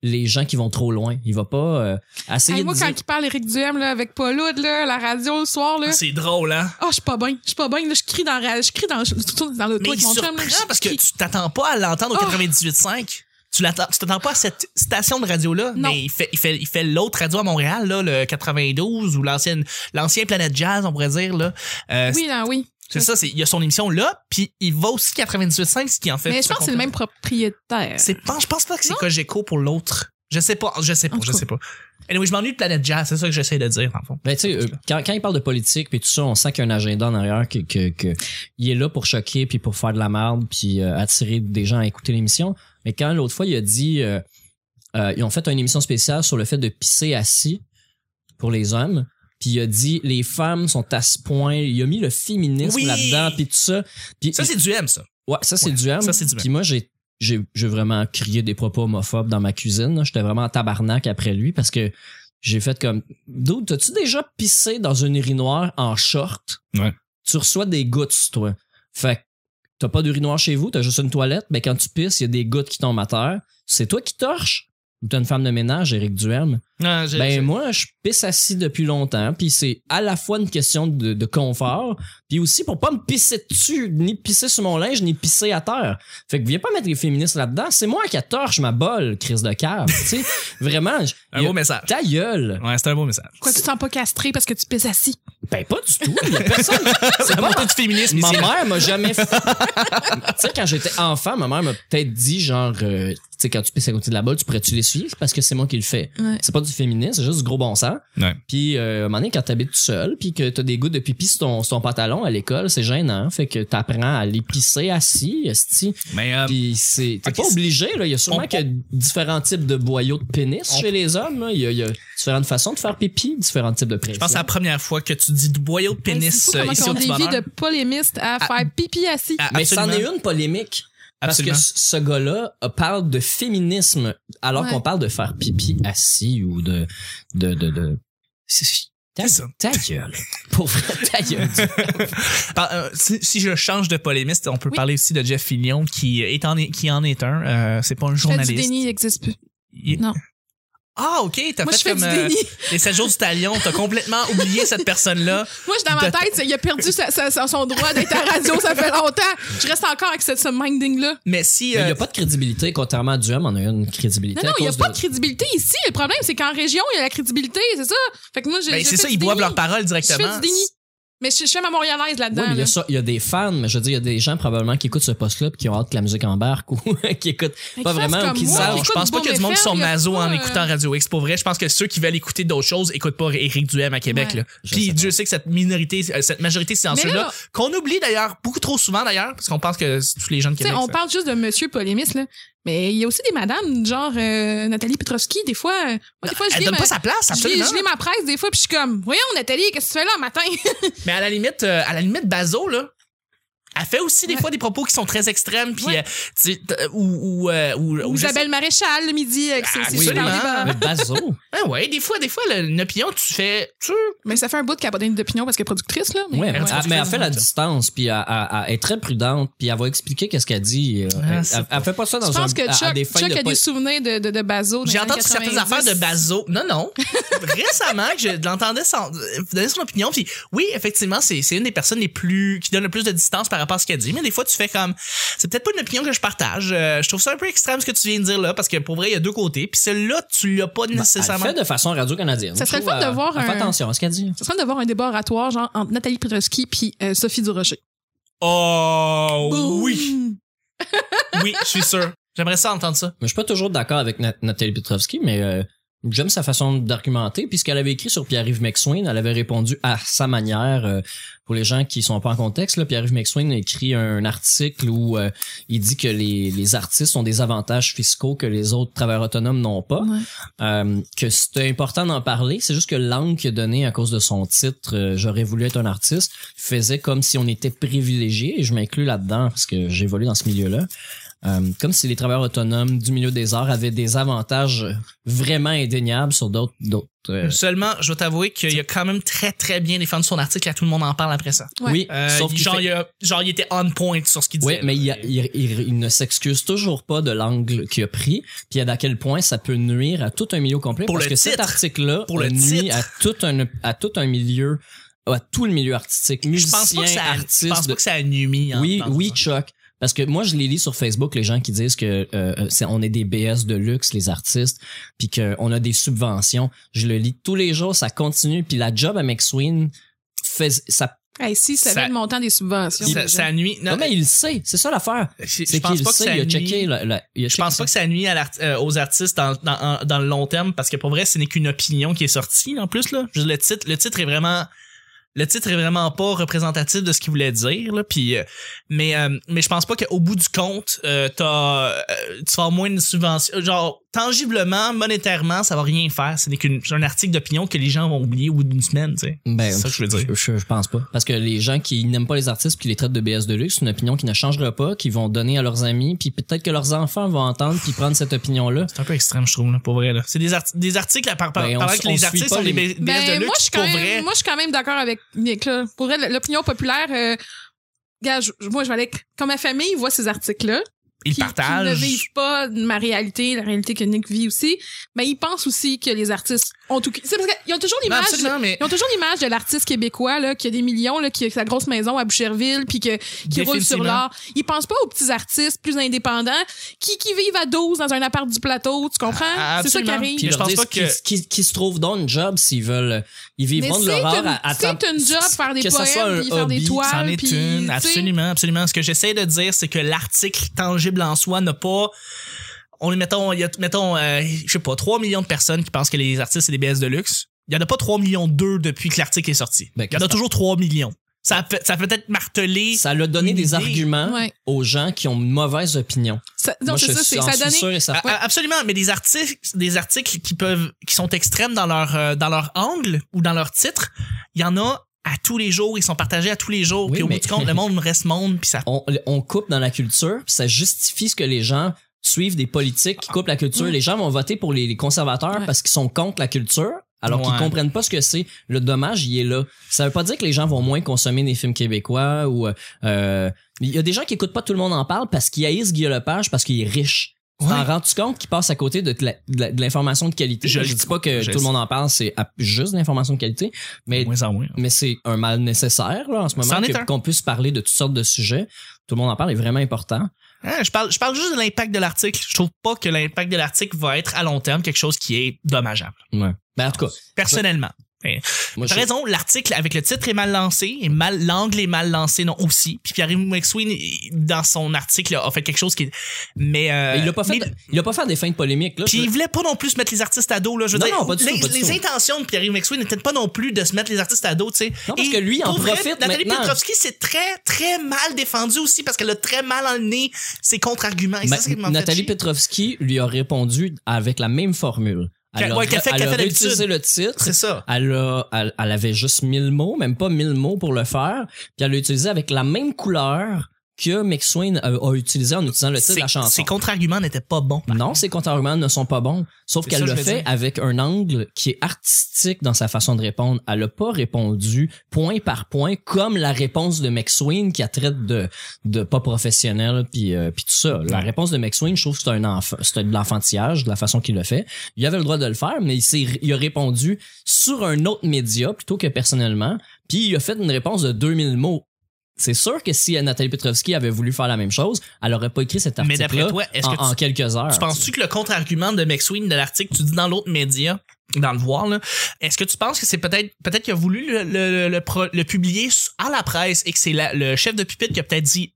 [SPEAKER 1] les gens qui vont trop loin. Il va pas euh, essayer
[SPEAKER 2] Hey, moi,
[SPEAKER 1] de
[SPEAKER 2] quand
[SPEAKER 1] dire...
[SPEAKER 2] il parle Eric Duhem là, avec Paul Oud, là, la radio le soir, là.
[SPEAKER 3] c'est drôle hein
[SPEAKER 2] Ah, je suis pas bien, je suis pas bien, là, je crie dans la ra- je crie dans, je tourne dans l'auto
[SPEAKER 3] Mais
[SPEAKER 2] avec
[SPEAKER 3] il
[SPEAKER 2] mon chum, là,
[SPEAKER 3] surprend
[SPEAKER 2] je
[SPEAKER 3] parce que
[SPEAKER 2] crie.
[SPEAKER 3] tu t'attends pas à l'entendre au
[SPEAKER 2] Oh.
[SPEAKER 3] 98.5. Tu l'attends- tu t'attends pas à cette station de radio-là,
[SPEAKER 2] Non.
[SPEAKER 3] mais il fait, il fait, il fait l'autre radio à Montréal, là, le 92, ou l'ancienne, l'ancien Planète Jazz, on pourrait dire, là. Euh,
[SPEAKER 2] Oui, là, oui.
[SPEAKER 3] C'est ça, c'est, il y a son émission là, puis il va aussi 98.5, ce qui en fait.
[SPEAKER 2] Mais je pense que c'est le même propriétaire.
[SPEAKER 3] C'est pas, je pense pas que c'est
[SPEAKER 2] Non.
[SPEAKER 3] Cogeco pour l'autre. Je sais pas, je sais pas,
[SPEAKER 2] En tout
[SPEAKER 3] je
[SPEAKER 2] cas.
[SPEAKER 3] sais pas. Anyway, je m'ennuie de Planète Jazz, c'est ça que j'essaie de dire, en fond.
[SPEAKER 1] Ben, tu sais, euh, quand, quand il parle de politique puis tout ça, on sent qu'il y a un agenda en arrière que, que, que il est là pour choquer puis pour faire de la merde puis euh, attirer des gens à écouter l'émission. Mais quand l'autre fois il a dit, euh, euh, ils ont fait une émission spéciale sur le fait de pisser assis pour les hommes. Puis il a dit les femmes sont à ce point, il a mis le féminisme
[SPEAKER 3] Oui.
[SPEAKER 1] là-dedans puis tout ça. Puis
[SPEAKER 3] Ça, c'est du M, ça.
[SPEAKER 1] ouais, ça c'est
[SPEAKER 3] Ouais,
[SPEAKER 1] du harm.
[SPEAKER 3] ça, c'est du harm.
[SPEAKER 1] Puis moi j'ai j'ai j'ai vraiment crié des propos homophobes dans ma cuisine. là. J'étais vraiment en tabarnak après lui parce que j'ai fait comme Dude, t'as-tu déjà pissé dans une urinoir en short?
[SPEAKER 3] Ouais.
[SPEAKER 1] Tu reçois des gouttes, toi. Fait que t'as pas d'urinoir chez vous, t'as juste une toilette, mais quand tu pisses, il y a des gouttes qui tombent à terre. C'est toi qui torches? Ou t'as une femme de ménage, Éric Duhem?
[SPEAKER 3] Non, je-
[SPEAKER 1] Ben
[SPEAKER 3] je-
[SPEAKER 1] moi, je pisse assis depuis longtemps, puis c'est à la fois une question de, de confort, puis aussi pour pas me pisser dessus, ni pisser sur mon linge, ni pisser à terre. Fait que viens pas mettre les féministes là-dedans. C'est moi qui a torche ma bolle, crise de cave. tu sais, vraiment. je-
[SPEAKER 3] un
[SPEAKER 1] y a-
[SPEAKER 3] beau message.
[SPEAKER 1] ta gueule.
[SPEAKER 3] Ouais, c'est un beau message.
[SPEAKER 2] Quoi, tu te sens pas castré parce que tu pisses assis.
[SPEAKER 1] Ben pas du tout. Y a personne.
[SPEAKER 3] C'est la montée du féminisme.
[SPEAKER 1] ma
[SPEAKER 3] ici.
[SPEAKER 1] mère m'a jamais fait. tu sais, quand j'étais enfant, ma mère m'a peut-être dit genre, euh, tu sais, quand tu pisses à côté de la bolle, tu pourrais-tu l'essuyer? C'est parce que c'est moi qui le fais.
[SPEAKER 2] Ouais.
[SPEAKER 1] C'est pas du féminisme, c'est juste du gros bon sens.
[SPEAKER 3] Ouais.
[SPEAKER 1] Puis euh, à un moment donné, quand t'habites tout seul, puis que t'as des gouttes de pipi sur ton, sur ton pantalon à l'école, c'est gênant. Fait que t'apprends à les pisser assis, esti.
[SPEAKER 3] Mais, euh,
[SPEAKER 1] Puis c'est t'es
[SPEAKER 3] ok,
[SPEAKER 1] pas
[SPEAKER 3] c'est-
[SPEAKER 1] obligé là. Il y a
[SPEAKER 3] on-
[SPEAKER 1] sûrement que différents types de boyaux de pénis
[SPEAKER 3] On-
[SPEAKER 1] chez les hommes. là. Il y, a, il y a différentes façons de faire pipi, différents types de pression.
[SPEAKER 3] Je pense que c'est la première fois que tu dis de boyau de
[SPEAKER 2] Hey,
[SPEAKER 3] pénis
[SPEAKER 2] Ben, c'est fou
[SPEAKER 3] euh,
[SPEAKER 2] comment
[SPEAKER 3] ici
[SPEAKER 2] on
[SPEAKER 3] au petit bonheur.
[SPEAKER 2] dévie de polémiste à
[SPEAKER 3] Ah.
[SPEAKER 2] faire pipi assis.
[SPEAKER 3] Ah,
[SPEAKER 1] Mais c'en
[SPEAKER 3] absolument.
[SPEAKER 1] est une polémique.
[SPEAKER 3] Absolument.
[SPEAKER 1] Parce que ce gars-là euh, parle de féminisme alors
[SPEAKER 2] Ouais.
[SPEAKER 1] qu'on parle de faire pipi assis ou de de de, de- c'est- Ta,
[SPEAKER 3] C'est ça.
[SPEAKER 1] ta gueule. Pour vrai, ta gueule.
[SPEAKER 3] Par- euh, si, si je change de polémiste, on peut
[SPEAKER 2] Oui.
[SPEAKER 3] parler aussi de Jeff Fillion qui est en est- qui en est un. Euh, c'est pas un
[SPEAKER 2] Fais du
[SPEAKER 3] journaliste.
[SPEAKER 2] déni, il n'existe plus.
[SPEAKER 3] Il-
[SPEAKER 2] Non.
[SPEAKER 3] Ah ok, t'as
[SPEAKER 2] Moi,
[SPEAKER 3] fait
[SPEAKER 2] je fais
[SPEAKER 3] comme
[SPEAKER 2] du
[SPEAKER 3] euh,
[SPEAKER 2] déni.
[SPEAKER 3] les 7 jours du talion, t'as complètement oublié cette personne là.
[SPEAKER 2] Moi, je dans ma
[SPEAKER 3] de-
[SPEAKER 2] tête, c'est- il a perdu sa- sa- sa- son droit d'être à la radio, ça fait longtemps. Je reste encore avec cette- ce minding-là.
[SPEAKER 3] Mais si
[SPEAKER 1] Mais il n'y
[SPEAKER 3] euh,
[SPEAKER 1] a pas de crédibilité, contrairement à Duhem, on a eu une crédibilité
[SPEAKER 2] Non, non,
[SPEAKER 1] à
[SPEAKER 2] il n'y a
[SPEAKER 1] cause
[SPEAKER 2] pas
[SPEAKER 1] de-
[SPEAKER 2] de crédibilité ici. Le problème, c'est qu'en région, il y a la crédibilité, c'est ça. Fait que moi, j'ai.
[SPEAKER 3] ben,
[SPEAKER 2] j'ai
[SPEAKER 3] c'est
[SPEAKER 2] fait
[SPEAKER 3] ça,
[SPEAKER 2] du
[SPEAKER 3] ils boivent
[SPEAKER 2] déni.
[SPEAKER 3] leurs paroles
[SPEAKER 2] Je fais
[SPEAKER 3] directement.
[SPEAKER 2] du déni. Mais je, je fais ma montréalaise là-dedans.
[SPEAKER 1] Oui, mais il y,
[SPEAKER 2] là.
[SPEAKER 1] a ça, il y a des fans, mais je veux dire, il y a des gens probablement qui écoutent ce post-là puis qui ont hâte que la musique embarque ou qui écoutent. pas
[SPEAKER 2] Fait qu'ils fassent
[SPEAKER 1] vraiment,
[SPEAKER 2] comme
[SPEAKER 1] qu'ils
[SPEAKER 2] moi,
[SPEAKER 1] savent.
[SPEAKER 2] qu'ils
[SPEAKER 3] Non, je
[SPEAKER 2] écoutent
[SPEAKER 3] pense pas
[SPEAKER 2] Bob
[SPEAKER 3] qu'il y a du monde qui
[SPEAKER 2] Eiffel,
[SPEAKER 3] sont
[SPEAKER 2] il y a
[SPEAKER 3] maso
[SPEAKER 2] pas,
[SPEAKER 3] en
[SPEAKER 2] euh,
[SPEAKER 3] écoutant Radio X. Pour vrai, je pense que ceux qui veulent écouter d'autres choses écoutent pas Éric Duhem à Québec.
[SPEAKER 2] Ouais.
[SPEAKER 3] Là.
[SPEAKER 1] Je sais
[SPEAKER 3] Puis
[SPEAKER 1] pas.
[SPEAKER 3] Dieu sait que cette minorité, euh, cette majorité silencieuse là,
[SPEAKER 2] là-
[SPEAKER 3] qu'on oublie d'ailleurs beaucoup trop souvent d'ailleurs, parce qu'on pense que c'est tous les gens de
[SPEAKER 2] Tu sais,
[SPEAKER 3] Québec.
[SPEAKER 2] on
[SPEAKER 3] ça.
[SPEAKER 2] parle juste de monsieur polémiste, là. Mais il y a aussi des madames, genre euh, Nathalie Petrovski, des fois. euh, Moi, des fois, je
[SPEAKER 3] Elle
[SPEAKER 2] lis
[SPEAKER 3] donne
[SPEAKER 2] ma-
[SPEAKER 3] pas sa place,
[SPEAKER 2] je lis,
[SPEAKER 3] absolument.
[SPEAKER 2] je lis ma presse des fois, puis je suis comme, voyons, Nathalie, qu'est-ce que tu fais là, matin?
[SPEAKER 3] Mais à la limite, euh, à la limite, Bazo, là. Elle fait aussi des
[SPEAKER 2] Ouais.
[SPEAKER 3] fois des propos qui sont très extrêmes, puis
[SPEAKER 2] Ouais.
[SPEAKER 3] euh, tu sais, t- ou ou, euh, ou-
[SPEAKER 2] Ou
[SPEAKER 3] ou je
[SPEAKER 2] Isabelle Maréchal, le midi, avec ses,
[SPEAKER 3] Ah,
[SPEAKER 2] ses
[SPEAKER 1] oui,
[SPEAKER 2] super
[SPEAKER 1] oui.
[SPEAKER 2] débats.
[SPEAKER 1] Mais Bazo,
[SPEAKER 3] sais- Ah ouais, des fois, des fois, le- une opinion, tu fais, tu
[SPEAKER 2] Mais ça fait un bout de cabane d'opinion parce qu'elle est productrice, là. Mais,
[SPEAKER 1] ouais,
[SPEAKER 3] elle
[SPEAKER 1] elle-
[SPEAKER 3] se
[SPEAKER 1] mais elle
[SPEAKER 3] fait
[SPEAKER 1] fait la
[SPEAKER 3] ça.
[SPEAKER 1] distance puis elle, elle- elle est très prudente puis elle va expliquer qu'est-ce qu'elle dit. euh, elle,
[SPEAKER 3] Ah, c'est
[SPEAKER 1] elle- elle fait pas ça dans
[SPEAKER 2] Je
[SPEAKER 1] un
[SPEAKER 2] pense que
[SPEAKER 1] à- à
[SPEAKER 2] Chuck,
[SPEAKER 1] des fins
[SPEAKER 2] Chuck
[SPEAKER 1] de
[SPEAKER 2] a
[SPEAKER 1] po-
[SPEAKER 2] des souvenirs de, de, de Bazo. dans
[SPEAKER 3] J'ai
[SPEAKER 2] les
[SPEAKER 3] entendu
[SPEAKER 2] années
[SPEAKER 3] certaines
[SPEAKER 2] 90.
[SPEAKER 3] affaires de Bazo. Non, non. Récemment, que je l'entendais sans- euh, donner son opinion. Puis oui, effectivement, c'est c'est une des personnes les plus qui donne le plus de distance par rapport à ce qu'elle dit. Mais des fois, tu fais comme c'est peut-être pas une opinion que je partage. Euh, je trouve ça un peu extrême ce que tu viens de dire là, parce que pour vrai, il y a deux côtés. Puis celle-là, tu l'as pas
[SPEAKER 1] Ben, elle le
[SPEAKER 3] nécessairement.
[SPEAKER 1] fait de façon radio-canadienne.
[SPEAKER 2] Ça
[SPEAKER 1] Je
[SPEAKER 2] serait le
[SPEAKER 1] trouve,
[SPEAKER 2] fun de
[SPEAKER 1] euh,
[SPEAKER 2] voir
[SPEAKER 1] elle fait
[SPEAKER 2] un-
[SPEAKER 1] attention à ce qu'elle dit.
[SPEAKER 2] Ce serait d'avoir un débat oratoire, genre, entre Nathalie Petrovski puis euh, Sophie Durocher.
[SPEAKER 3] Oh
[SPEAKER 2] Boum!
[SPEAKER 3] oui, oui, je suis sûr. J'aimerais ça entendre ça.
[SPEAKER 1] Mais je suis pas toujours d'accord avec Na- Nathalie Petrovski, mais euh, j'aime sa façon d'argumenter. Puis ce qu'elle avait écrit sur Pierre-Yves McSwain, elle avait répondu à sa manière. euh, pour les gens qui sont pas en contexte, là, Pierre-Yves McSwain a écrit un article où euh, il dit que les, les artistes ont des avantages fiscaux que les autres travailleurs autonomes n'ont pas.
[SPEAKER 2] Ouais.
[SPEAKER 1] Euh, que c'était important d'en parler. C'est juste que l'angle qu'il a donné à cause de son titre, euh, J'aurais voulu être un artiste, faisait comme si on était privilégié, et je m'inclus là-dedans parce que j'évolue dans ce milieu-là. Euh, comme si les travailleurs autonomes du milieu des arts avaient des avantages vraiment indéniables sur d'autres d'autres euh,
[SPEAKER 3] Seulement, je dois t'avouer qu'il a quand même très très bien défendu son article. Là, tout le monde en parle après ça.
[SPEAKER 2] Ouais.
[SPEAKER 1] oui
[SPEAKER 3] Euh,
[SPEAKER 1] sauf
[SPEAKER 3] il-
[SPEAKER 1] qu'il
[SPEAKER 3] genre,
[SPEAKER 1] fait-
[SPEAKER 3] il a- genre, il était on point sur ce qu'il
[SPEAKER 1] Ouais,
[SPEAKER 3] disait.
[SPEAKER 1] mais il,
[SPEAKER 3] là.
[SPEAKER 1] il- il- il ne s'excuse toujours pas de l'angle qu'il a pris, puis à quel point ça peut nuire à tout un milieu complet.
[SPEAKER 3] Pour
[SPEAKER 1] parce
[SPEAKER 3] le
[SPEAKER 1] que cet
[SPEAKER 3] titre.
[SPEAKER 1] article-là
[SPEAKER 3] Pour le
[SPEAKER 1] nuit
[SPEAKER 3] titre.
[SPEAKER 1] à tout un à tout un milieu, à tout le milieu artistique,
[SPEAKER 3] Je
[SPEAKER 1] musicien,
[SPEAKER 3] pense pas que ça, je pense
[SPEAKER 1] artiste.
[SPEAKER 3] pas que ça a nuit. en
[SPEAKER 1] oui,
[SPEAKER 3] tant que
[SPEAKER 1] oui,
[SPEAKER 3] ça.
[SPEAKER 1] Chuck. Parce que moi, je les lis sur Facebook, les gens qui disent que euh, c'est, on est des BS de luxe, les artistes, puis qu'on a des subventions. Je le lis tous les jours, ça continue. Puis la job à McSween, fait, ça,
[SPEAKER 2] Hey, si, ça
[SPEAKER 3] Ça-
[SPEAKER 2] avait le montant des subventions.
[SPEAKER 3] Ça,
[SPEAKER 2] déjà.
[SPEAKER 3] ça nuit. Non,
[SPEAKER 1] non, mais il le sait, c'est ça l'affaire.
[SPEAKER 3] je, je
[SPEAKER 1] C'est
[SPEAKER 3] pense
[SPEAKER 1] qu'il
[SPEAKER 3] pas
[SPEAKER 1] le
[SPEAKER 3] que
[SPEAKER 1] sait,
[SPEAKER 3] ça
[SPEAKER 1] il a
[SPEAKER 3] nuit.
[SPEAKER 1] checké. la- la- il a
[SPEAKER 3] Je
[SPEAKER 1] checké
[SPEAKER 3] pense
[SPEAKER 1] ça.
[SPEAKER 3] pas que ça nuit à l'art- euh, aux artistes dans, dans, dans le long terme parce que pour vrai, ce n'est qu'une opinion qui est sortie en plus là. Je- Le titre, le titre est vraiment, le titre est vraiment pas représentatif de ce qu'il voulait dire là. Puis, euh, mais euh, mais je pense pas qu'au bout du compte, euh, t'as, euh, tu vas avoir moins de subvention. Genre tangiblement, monétairement, ça va rien faire. Ce n'est qu'une, c'est un article d'opinion que les gens vont oublier au bout d'une semaine. Tu sais.
[SPEAKER 1] Ben,
[SPEAKER 3] C'est ça que je veux dire.
[SPEAKER 1] Je, je pense pas. Parce que les gens qui n'aiment pas les artistes puis qui les traitent de BS de luxe, c'est une opinion qui ne changera pas, qui vont donner à leurs amis, puis peut-être que leurs enfants vont entendre puis prendre cette opinion-là.
[SPEAKER 3] C'est un peu extrême, je trouve, là, pour vrai. Là. C'est des, arti- des articles à par, par,
[SPEAKER 1] Ben, on
[SPEAKER 3] parlant
[SPEAKER 1] s-
[SPEAKER 3] que
[SPEAKER 1] on
[SPEAKER 3] les
[SPEAKER 1] suit
[SPEAKER 3] artistes
[SPEAKER 1] pas
[SPEAKER 3] sont des
[SPEAKER 1] les-
[SPEAKER 3] baises
[SPEAKER 2] Ben, moi, je
[SPEAKER 3] de luxe,
[SPEAKER 2] suis
[SPEAKER 3] pour
[SPEAKER 2] quand
[SPEAKER 3] vrai.
[SPEAKER 2] même, moi, je suis quand même d'accord avec Nick. Là. Pour elle, l'opinion populaire, euh, gars, je- moi, je vais aller. Quand ma famille voit ces articles-là,
[SPEAKER 3] Ils
[SPEAKER 2] qui, qui ne
[SPEAKER 3] partagent.
[SPEAKER 2] vivent pas ma réalité, la réalité que Nick vit aussi, mais ils pensent aussi que les artistes ont tout. C'est parce qu'ils ont toujours
[SPEAKER 3] Non,
[SPEAKER 2] l'image.
[SPEAKER 3] absolument, mais
[SPEAKER 2] Ils ont toujours l'image de l'artiste québécois là, qui a des millions, là, qui a sa grosse maison à Boucherville, puis que, qui roule sur
[SPEAKER 3] Définitivement.
[SPEAKER 2] l'art. Ils pensent pas aux petits artistes plus indépendants qui, qui vivent à 12 dans un appart du plateau, tu comprends?
[SPEAKER 3] Ah,
[SPEAKER 2] C'est ça qui
[SPEAKER 3] absolument.
[SPEAKER 2] arrive.
[SPEAKER 1] Puis
[SPEAKER 3] Mais je
[SPEAKER 1] leur
[SPEAKER 3] pense
[SPEAKER 1] dire
[SPEAKER 3] pas que-
[SPEAKER 1] qu'ils, qu'ils- qu'ils se trouvent dans une job s'ils veulent. Ils vivront de
[SPEAKER 2] c'est
[SPEAKER 1] leur art
[SPEAKER 2] une-
[SPEAKER 1] à, à
[SPEAKER 2] c'est
[SPEAKER 1] temps-
[SPEAKER 2] une job, faire des
[SPEAKER 1] que ça
[SPEAKER 2] poèmes,
[SPEAKER 1] soit un
[SPEAKER 2] puis faire des
[SPEAKER 1] hobby,
[SPEAKER 2] toiles,
[SPEAKER 3] C'en est
[SPEAKER 2] puis, tu
[SPEAKER 3] une,
[SPEAKER 2] sais.
[SPEAKER 3] absolument, absolument. Ce que j'essaie de dire, c'est que l'article tangible en soi n'a pas. On mettons, il y a, mettons, euh, je sais pas, 3 millions de personnes qui pensent que les artistes c'est des BS de luxe. Il y en a pas 3 millions d'eux depuis que l'article est sorti.
[SPEAKER 1] Ben,
[SPEAKER 3] il y en a
[SPEAKER 1] qu'est-ce
[SPEAKER 3] toujours 3 millions. Ça a fait- ça a peut-être martelé.
[SPEAKER 1] Ça l'a donné
[SPEAKER 3] Une
[SPEAKER 1] des
[SPEAKER 3] idée.
[SPEAKER 1] arguments
[SPEAKER 2] Ouais.
[SPEAKER 1] aux gens qui ont une mauvaise opinion.
[SPEAKER 2] Ça- donc,
[SPEAKER 1] hein? Moi,
[SPEAKER 2] c'est
[SPEAKER 1] je
[SPEAKER 2] ça,
[SPEAKER 1] suis-
[SPEAKER 2] c'est
[SPEAKER 1] en
[SPEAKER 2] ça
[SPEAKER 1] suis
[SPEAKER 2] donne-
[SPEAKER 1] sûr et certain.
[SPEAKER 3] A- Absolument, mais des articles, des articles qui peuvent, qui sont extrêmes dans leur, euh, dans leur angle ou dans leur titre, il y en a à tous les jours, ils sont partagés à tous les jours,
[SPEAKER 1] Oui,
[SPEAKER 3] puis au
[SPEAKER 1] mais-
[SPEAKER 3] bout du compte, le monde reste monde, puis ça.
[SPEAKER 1] on, on coupe dans la culture, puis ça justifie ce que les gens suivent des politiques qui coupent la culture.
[SPEAKER 2] Mm.
[SPEAKER 1] Les gens vont voter pour les, les conservateurs
[SPEAKER 2] Ouais.
[SPEAKER 1] parce qu'ils sont contre la culture, alors qu'ils
[SPEAKER 3] Ouais.
[SPEAKER 1] comprennent pas ce que c'est. Le dommage, il est là. Ça veut pas dire que les gens vont moins consommer des films québécois ou euh, il y a des gens qui écoutent pas tout le monde en parle parce qu'ils haïssent Guillaume Lepage parce qu'il est riche. Tu
[SPEAKER 3] Ouais.
[SPEAKER 1] T'en rends-tu compte qu'ils passent à côté de, la- de la- de l'information de qualité?
[SPEAKER 3] Je
[SPEAKER 1] Je,
[SPEAKER 3] le
[SPEAKER 1] dis pas que
[SPEAKER 3] je
[SPEAKER 1] tout le
[SPEAKER 3] sais.
[SPEAKER 1] monde en parle, c'est à- juste de l'information de qualité, mais
[SPEAKER 3] moins en moins.
[SPEAKER 1] mais c'est un mal nécessaire là, en ce moment
[SPEAKER 3] C'en est
[SPEAKER 1] que-
[SPEAKER 3] un.
[SPEAKER 1] qu'on puisse parler de toutes sortes de sujets. Tout le monde en parle est vraiment important.
[SPEAKER 3] Hein, je, parle, je parle juste de l'impact de l'article. Je trouve pas que l'impact de l'article va être à long terme quelque chose qui est dommageable.
[SPEAKER 1] Ouais. Ben, en tout cas,
[SPEAKER 3] Personnellement.
[SPEAKER 1] moi,
[SPEAKER 3] T'as
[SPEAKER 1] je-
[SPEAKER 3] raison, l'article avec le titre est mal lancé, et mal, l'angle est mal lancé, non, aussi. Puis Pierre-Yves McSween, il- dans son article, a fait quelque chose qui est. Mais. euh,
[SPEAKER 1] il a pas fait,
[SPEAKER 3] mais-
[SPEAKER 1] il a pas fait des fins de polémique là.
[SPEAKER 3] Puis il voulait pas non plus se mettre les artistes à dos, là. Je veux
[SPEAKER 1] Non,
[SPEAKER 3] dire,
[SPEAKER 1] non, pas du
[SPEAKER 3] les,
[SPEAKER 1] tout, pas du
[SPEAKER 3] les
[SPEAKER 1] tout.
[SPEAKER 3] intentions de Pierre-Yves McSween n'étaient pas non plus de se mettre les artistes à dos, tu sais.
[SPEAKER 1] Non, parce
[SPEAKER 3] Et
[SPEAKER 1] que lui, il en
[SPEAKER 3] pour vrai,
[SPEAKER 1] profite
[SPEAKER 3] Nathalie
[SPEAKER 1] maintenant.
[SPEAKER 3] Petrovski s'est très, très mal défendue aussi parce qu'elle a très mal emmené ses contre-arguments. Et
[SPEAKER 1] Ma-
[SPEAKER 3] ça, c'est ce qui m'en fait
[SPEAKER 1] Ben, Nathalie
[SPEAKER 3] chier.
[SPEAKER 1] Petrovski lui a répondu avec la même formule.
[SPEAKER 3] Qu'elle-
[SPEAKER 1] Elle a,
[SPEAKER 3] ouais, qu'elle fait-
[SPEAKER 1] elle
[SPEAKER 3] qu'elle
[SPEAKER 1] a
[SPEAKER 3] fait d'habitude.
[SPEAKER 1] réutilisé le titre.
[SPEAKER 3] C'est ça.
[SPEAKER 1] Elle, a- elle, elle avait juste 1000 mots, même pas 1000 mots pour le faire. Puis elle l'a utilisé avec la même couleur que Mick Swain a, a utilisé en utilisant le titre de
[SPEAKER 3] Ses-
[SPEAKER 1] la
[SPEAKER 3] Ses
[SPEAKER 1] chanson.
[SPEAKER 3] contre-arguments n'étaient pas bons.
[SPEAKER 1] Non, ses contre-arguments ne sont pas bons. Sauf
[SPEAKER 3] C'est
[SPEAKER 1] qu'elle
[SPEAKER 3] ça,
[SPEAKER 1] le
[SPEAKER 3] je veux
[SPEAKER 1] fait
[SPEAKER 3] dire.
[SPEAKER 1] avec un angle qui est artistique dans sa façon de répondre. Elle n'a pas répondu point par point comme la réponse de McSween qui a traite de, de pas professionnel puis, euh, puis tout ça. La réponse de McSween, je trouve que c'est un enfant, c'est de l'enfantillage de la façon qu'il le fait. Il avait le droit de le faire, mais il, s'est- il a répondu sur un autre média plutôt que personnellement. Puis il a fait une réponse de 2000 mots. C'est sûr que si euh, Nathalie Petrovski avait voulu faire la même chose, elle aurait pas écrit cet
[SPEAKER 3] Mais
[SPEAKER 1] article-là
[SPEAKER 3] d'après toi, est-ce
[SPEAKER 1] en,
[SPEAKER 3] que tu
[SPEAKER 1] en quelques heures.
[SPEAKER 3] Tu penses-tu que le contre-argument de McSween de l'article que tu dis dans l'autre média, dans le voir, là, est-ce que tu penses que c'est peut-être peut-être qu'il a voulu le, le, le pro- le publier à la presse et que c'est la- le chef de pupitre qui a peut-être dit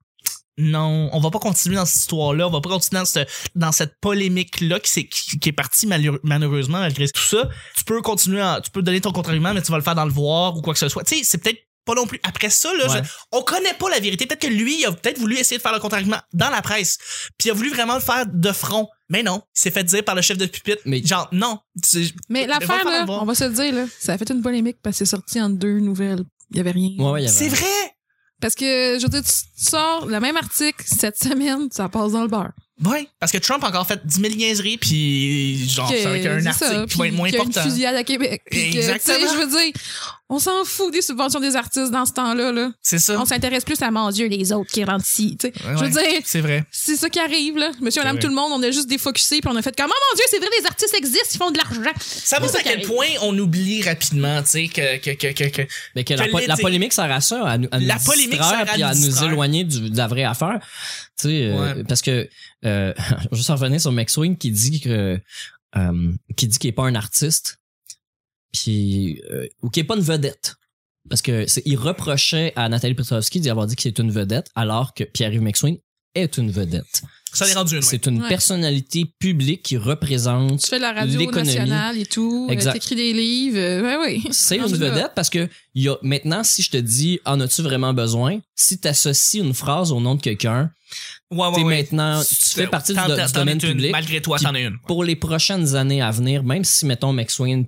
[SPEAKER 3] non, on va pas continuer dans cette histoire-là, on va pas continuer dans, ce- dans cette polémique-là qui, s'est- qui, qui est partie malheure- malheureusement malgré tout ça. Tu peux continuer, à- tu peux donner ton contre-argument, mais tu vas le faire dans le voir ou quoi que ce soit. Tu sais, c'est peut-être pas non plus. Après ça, là,
[SPEAKER 1] Ouais.
[SPEAKER 3] je- on connaît pas la vérité. Peut-être que lui, il a peut-être voulu essayer de faire le contre-argument dans la presse. Puis il a voulu vraiment le faire de front. Mais non, il s'est fait dire par le chef de pupitre.
[SPEAKER 1] Mais-
[SPEAKER 3] genre, non. c'est-
[SPEAKER 2] Mais l'affaire,
[SPEAKER 3] va
[SPEAKER 2] là,
[SPEAKER 3] falloir voir.
[SPEAKER 2] on va se le dire, là, ça a fait une polémique parce que c'est sorti en deux nouvelles. Il y avait rien.
[SPEAKER 1] Ouais, ouais, il y avait-
[SPEAKER 3] C'est vrai!
[SPEAKER 2] Parce que, je veux dire, tu tu sors le même article cette semaine, ça passe dans le beurre.
[SPEAKER 3] Ouais. Parce que Trump a encore fait 10 000 niaiseries, puis genre,
[SPEAKER 2] Que-
[SPEAKER 3] Ah, c'est avec
[SPEAKER 2] c'est
[SPEAKER 3] un
[SPEAKER 2] ça,
[SPEAKER 3] article qui
[SPEAKER 2] puis
[SPEAKER 3] va être moins
[SPEAKER 2] qu'il y a
[SPEAKER 3] important.
[SPEAKER 2] Une fusillade à Québec. Puis que, tu sais,
[SPEAKER 3] Exactement.
[SPEAKER 2] je veux dire, on s'en fout des subventions des artistes dans ce temps-là. Là.
[SPEAKER 3] C'est ça.
[SPEAKER 2] On s'intéresse plus à mon Dieu, les autres qui rentrent ici. tu sais.
[SPEAKER 3] Ouais,
[SPEAKER 2] Je veux
[SPEAKER 3] ouais.
[SPEAKER 2] dire,
[SPEAKER 3] C'est vrai.
[SPEAKER 2] c'est ça qui arrive. Là. Monsieur, madame,
[SPEAKER 3] vrai.
[SPEAKER 2] tout le monde, on a juste défocusé puis on a fait comme, oh mon Dieu, c'est vrai, les artistes existent, ils font de l'argent.
[SPEAKER 3] Ça montre
[SPEAKER 2] ça
[SPEAKER 3] à
[SPEAKER 2] qui
[SPEAKER 3] quel
[SPEAKER 2] arrive.
[SPEAKER 3] point on oublie rapidement, tu sais, que, que, que, que, que-
[SPEAKER 1] Mais que
[SPEAKER 3] Je
[SPEAKER 1] la, po-
[SPEAKER 3] l'ai
[SPEAKER 1] la
[SPEAKER 3] dit.
[SPEAKER 1] polémique sert à ça, à nous, à nous
[SPEAKER 3] La polémique
[SPEAKER 1] distraire,
[SPEAKER 3] sert à
[SPEAKER 1] puis
[SPEAKER 3] nous
[SPEAKER 1] à nous
[SPEAKER 3] distraire.
[SPEAKER 1] éloigner du- de la vraie affaire. Tu sais, euh,
[SPEAKER 3] Ouais.
[SPEAKER 1] parce que euh, juste en revenir sur McSween qui dit que euh, qui dit qu'il est pas un artiste, puis euh, ou qu'il est pas une vedette. Parce que c'est- il reprochait à Nathalie Petrovski d'y avoir dit qu'il est une vedette, alors que Pierre-Yves McSween est une vedette.
[SPEAKER 3] ça l'est rendu une. ouais.
[SPEAKER 1] C'est une
[SPEAKER 2] Ouais.
[SPEAKER 1] personnalité publique qui représente
[SPEAKER 2] Tu fais de la radio
[SPEAKER 1] L'économie.
[SPEAKER 2] nationale et tout,
[SPEAKER 1] Exact.
[SPEAKER 2] tu écris des livres. euh, ouais, oui.
[SPEAKER 1] C'est
[SPEAKER 2] Non,
[SPEAKER 1] une
[SPEAKER 2] c'est ça.
[SPEAKER 1] vedette parce que il y a, maintenant, si je te dis En as-tu vraiment besoin si tu associes une phrase au nom de quelqu'un,
[SPEAKER 3] Ouais, ouais,
[SPEAKER 1] t'es
[SPEAKER 3] ouais.
[SPEAKER 1] maintenant, tu fais partie du,
[SPEAKER 3] T'en-
[SPEAKER 1] do-
[SPEAKER 3] t'en-
[SPEAKER 1] du
[SPEAKER 3] t'en
[SPEAKER 1] domaine
[SPEAKER 3] es une.
[SPEAKER 1] public.
[SPEAKER 3] Malgré toi,
[SPEAKER 1] Puis-
[SPEAKER 3] t'en as une.
[SPEAKER 1] Pour les prochaines années à venir, même si, mettons, McSwain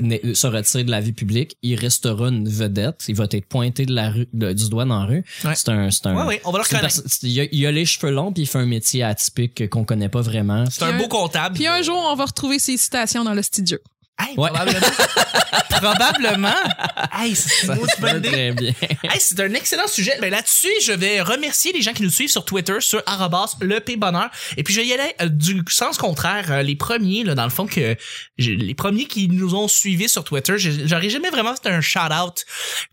[SPEAKER 1] n'est- se retire de la vie publique, il restera une vedette. Il va être pointé de la rue, de- du doigt dans la rue.
[SPEAKER 3] Ouais.
[SPEAKER 1] C'est un. C'est un
[SPEAKER 3] Ouais, ouais, on va le
[SPEAKER 1] c'est une
[SPEAKER 3] reconnaître.
[SPEAKER 1] perso- il, a, il a les cheveux longs puis il fait un métier atypique qu'on connaît pas vraiment.
[SPEAKER 3] C'est un
[SPEAKER 2] Puis
[SPEAKER 3] beau
[SPEAKER 2] un-
[SPEAKER 3] comptable.
[SPEAKER 2] Puis un jour, on va retrouver ces citations dans le studio.
[SPEAKER 3] Hey,
[SPEAKER 1] Ouais.
[SPEAKER 3] probablement. probablement. Hey, c'est une
[SPEAKER 1] Ça
[SPEAKER 3] grosse bonne
[SPEAKER 1] va
[SPEAKER 3] idée.
[SPEAKER 1] très bien.
[SPEAKER 3] Hey, c'est un excellent sujet. Ben, là-dessus, je vais remercier les gens qui nous suivent sur Twitter, sur arrobas, le P bonheur. Et puis, je vais y aller euh, du sens contraire. Euh, les premiers, là, dans le fond, que j'ai- les premiers qui nous ont suivis sur Twitter, j'ai- j'aurais jamais vraiment fait un shout-out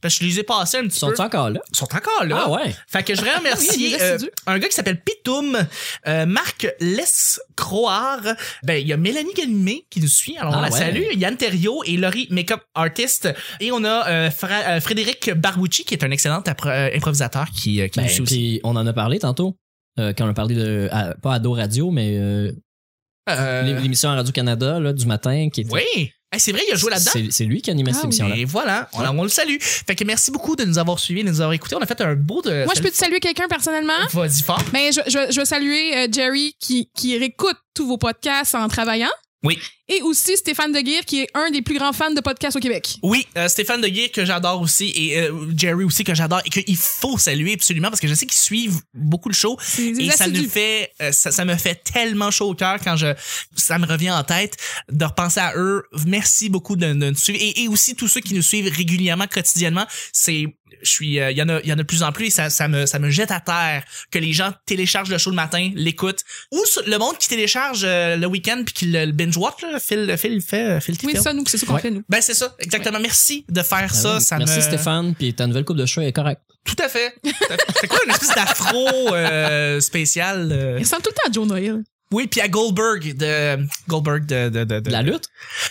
[SPEAKER 3] parce que je les ai passés un petit
[SPEAKER 1] Ils sont
[SPEAKER 3] peu.
[SPEAKER 1] encore là?
[SPEAKER 3] Ils sont encore là.
[SPEAKER 1] Ah ouais.
[SPEAKER 3] Fait que je voudrais
[SPEAKER 2] Oui, il
[SPEAKER 3] remercier
[SPEAKER 2] est
[SPEAKER 3] euh,
[SPEAKER 2] assidu.
[SPEAKER 3] un gars qui s'appelle Pitoum, euh, Marc Laisse Croire. Ben, il y a Mélanie Galimé qui nous suit. Alors, on
[SPEAKER 1] Ah
[SPEAKER 3] la
[SPEAKER 1] ouais.
[SPEAKER 3] salue. Yann Terrio et Laurie Makeup Artist. Et on a euh, Fra- euh, Frédéric Barbucci qui est un excellent appro- euh, improvisateur qui, euh, qui nous
[SPEAKER 1] Ben,
[SPEAKER 3] suit aussi.
[SPEAKER 1] puis on en a parlé tantôt. euh, quand on a parlé de à- pas Ado Radio mais euh,
[SPEAKER 3] Euh,
[SPEAKER 1] l'é- l'émission à Radio Canada là, du matin qui était-
[SPEAKER 3] oui. Hey, c'est vrai, il a joué là-dedans.
[SPEAKER 1] c'est, c'est lui qui animait
[SPEAKER 2] Ah
[SPEAKER 1] cette
[SPEAKER 2] oui.
[SPEAKER 1] émission là.
[SPEAKER 3] Et voilà, on, on le salue. Fait que merci beaucoup de nous avoir suivis, de nous avoir écoutés. On a fait un beau de.
[SPEAKER 2] Moi, je peux te saluer quelqu'un personnellement?
[SPEAKER 3] Vas-y fort.
[SPEAKER 2] Ben, je, je, je veux saluer euh, Jerry qui, qui réécoute tous vos podcasts en travaillant.
[SPEAKER 3] Oui.
[SPEAKER 2] Et aussi Stéphane Deguire, qui est un des plus grands fans de podcasts au Québec.
[SPEAKER 3] Oui, euh, Stéphane Deguire que j'adore aussi et euh, Jerry aussi que j'adore et qu'il faut saluer absolument parce que je sais qu'ils suivent beaucoup le show
[SPEAKER 2] C'est des
[SPEAKER 3] et ça
[SPEAKER 2] assidus.
[SPEAKER 3] nous fait euh, ça, ça me fait tellement chaud au cœur quand je ça me revient en tête de repenser à eux. Merci beaucoup de, de nous suivre et, et aussi tous ceux qui nous suivent régulièrement quotidiennement, c'est je suis euh, il y en a il y en a de plus en plus et ça ça me ça me jette à terre que les gens téléchargent le show le matin, l'écoutent ou sur- le monde qui télécharge euh, le week-end puis qui le, le binge watch là, Phil Phil fait Phil
[SPEAKER 2] Oui,
[SPEAKER 3] Tito.
[SPEAKER 2] ça, nous, c'est ça qu'on
[SPEAKER 1] Ouais.
[SPEAKER 2] fait, nous.
[SPEAKER 3] Ben c'est ça, exactement. Merci de
[SPEAKER 2] Ben
[SPEAKER 3] faire
[SPEAKER 1] Ah
[SPEAKER 3] ça.
[SPEAKER 1] oui.
[SPEAKER 3] ça
[SPEAKER 1] Merci
[SPEAKER 3] me-
[SPEAKER 1] Stéphane, puis ta nouvelle coupe de cheveux est correcte.
[SPEAKER 3] Tout à fait. Tout à fait. C'est quoi une espèce d'afro euh, spécial? euh?
[SPEAKER 2] Il ressemble tout le temps à Joe Noël.
[SPEAKER 3] Oui, puis à Goldberg de Goldberg de, de, de, de-
[SPEAKER 1] De la lutte?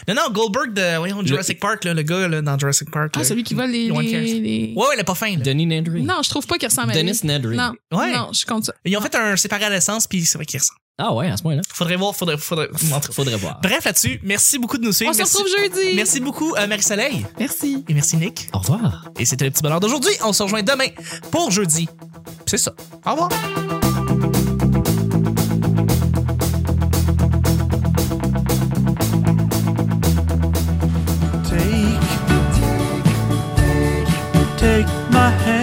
[SPEAKER 3] Non non Goldberg de voyons, Jurassic Park là, le gars là, dans Jurassic Park.
[SPEAKER 2] Ah,
[SPEAKER 3] là.
[SPEAKER 2] celui qui va les.
[SPEAKER 3] You want
[SPEAKER 2] les-
[SPEAKER 3] cares.
[SPEAKER 2] les-
[SPEAKER 3] Ouais ouais, il est pas fin. là.
[SPEAKER 1] Denis Nedry.
[SPEAKER 2] Non, je trouve pas qu'il ressemble à
[SPEAKER 1] Dennis
[SPEAKER 2] lui.
[SPEAKER 1] Nedry.
[SPEAKER 2] Non.
[SPEAKER 3] Ouais.
[SPEAKER 2] Non, je compte ça.
[SPEAKER 3] Ils ont fait un séparé à l'essence puis c'est vrai qu'il ressemble.
[SPEAKER 1] Ah ouais, à ce point-là.
[SPEAKER 3] Faudrait voir, faudrait faudrait. en tout cas.
[SPEAKER 1] Faudrait voir.
[SPEAKER 3] Bref là-dessus, merci beaucoup de nous suivre.
[SPEAKER 2] Ah, On se
[SPEAKER 3] merci...
[SPEAKER 2] retrouve jeudi.
[SPEAKER 3] Merci beaucoup euh, Marie Soleil
[SPEAKER 2] Merci.
[SPEAKER 3] et merci Nick.
[SPEAKER 1] Au revoir.
[SPEAKER 3] Et c'était le petit bonheur d'aujourd'hui. On se rejoint demain pour jeudi. C'est ça. Au revoir.
[SPEAKER 4] Take, take my hand.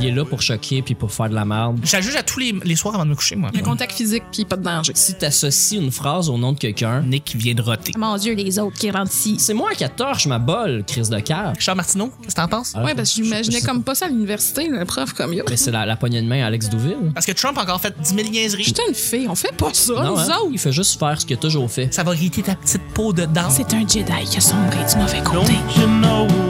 [SPEAKER 1] Il est là pour choquer puis pour faire de la merde.
[SPEAKER 3] Je la juge à tous les, les soirs avant de me coucher, moi.
[SPEAKER 2] Il y a un contact physique puis pas de danger.
[SPEAKER 1] Si t'associes une phrase au nom de quelqu'un,
[SPEAKER 3] Nick vient de roter.
[SPEAKER 2] Mon Dieu, les autres qui rentrent ici.
[SPEAKER 1] c'est moi qui a torche ma bolle, crise de cœur.
[SPEAKER 3] Charles Martineau, qu'est-ce que t'en penses?
[SPEAKER 1] Ah,
[SPEAKER 2] Ouais, parce que j'imaginais
[SPEAKER 1] je- je-
[SPEAKER 2] comme pas ça à l'université, le prof comme yo.
[SPEAKER 1] Mais c'est la, la poignée de main à Alex Douville.
[SPEAKER 3] Parce que Trump a encore fait 10 000 niaiseries.
[SPEAKER 2] J'étais une fille, on fait pas ça,
[SPEAKER 1] Non,
[SPEAKER 2] nous
[SPEAKER 1] hein?
[SPEAKER 2] autres.
[SPEAKER 1] il fait juste faire ce qu'il a toujours fait.
[SPEAKER 3] Ça va irriter ta petite peau dedans.
[SPEAKER 2] C'est un Jedi qui a sombré du mauvais côté.
[SPEAKER 4] Don't you know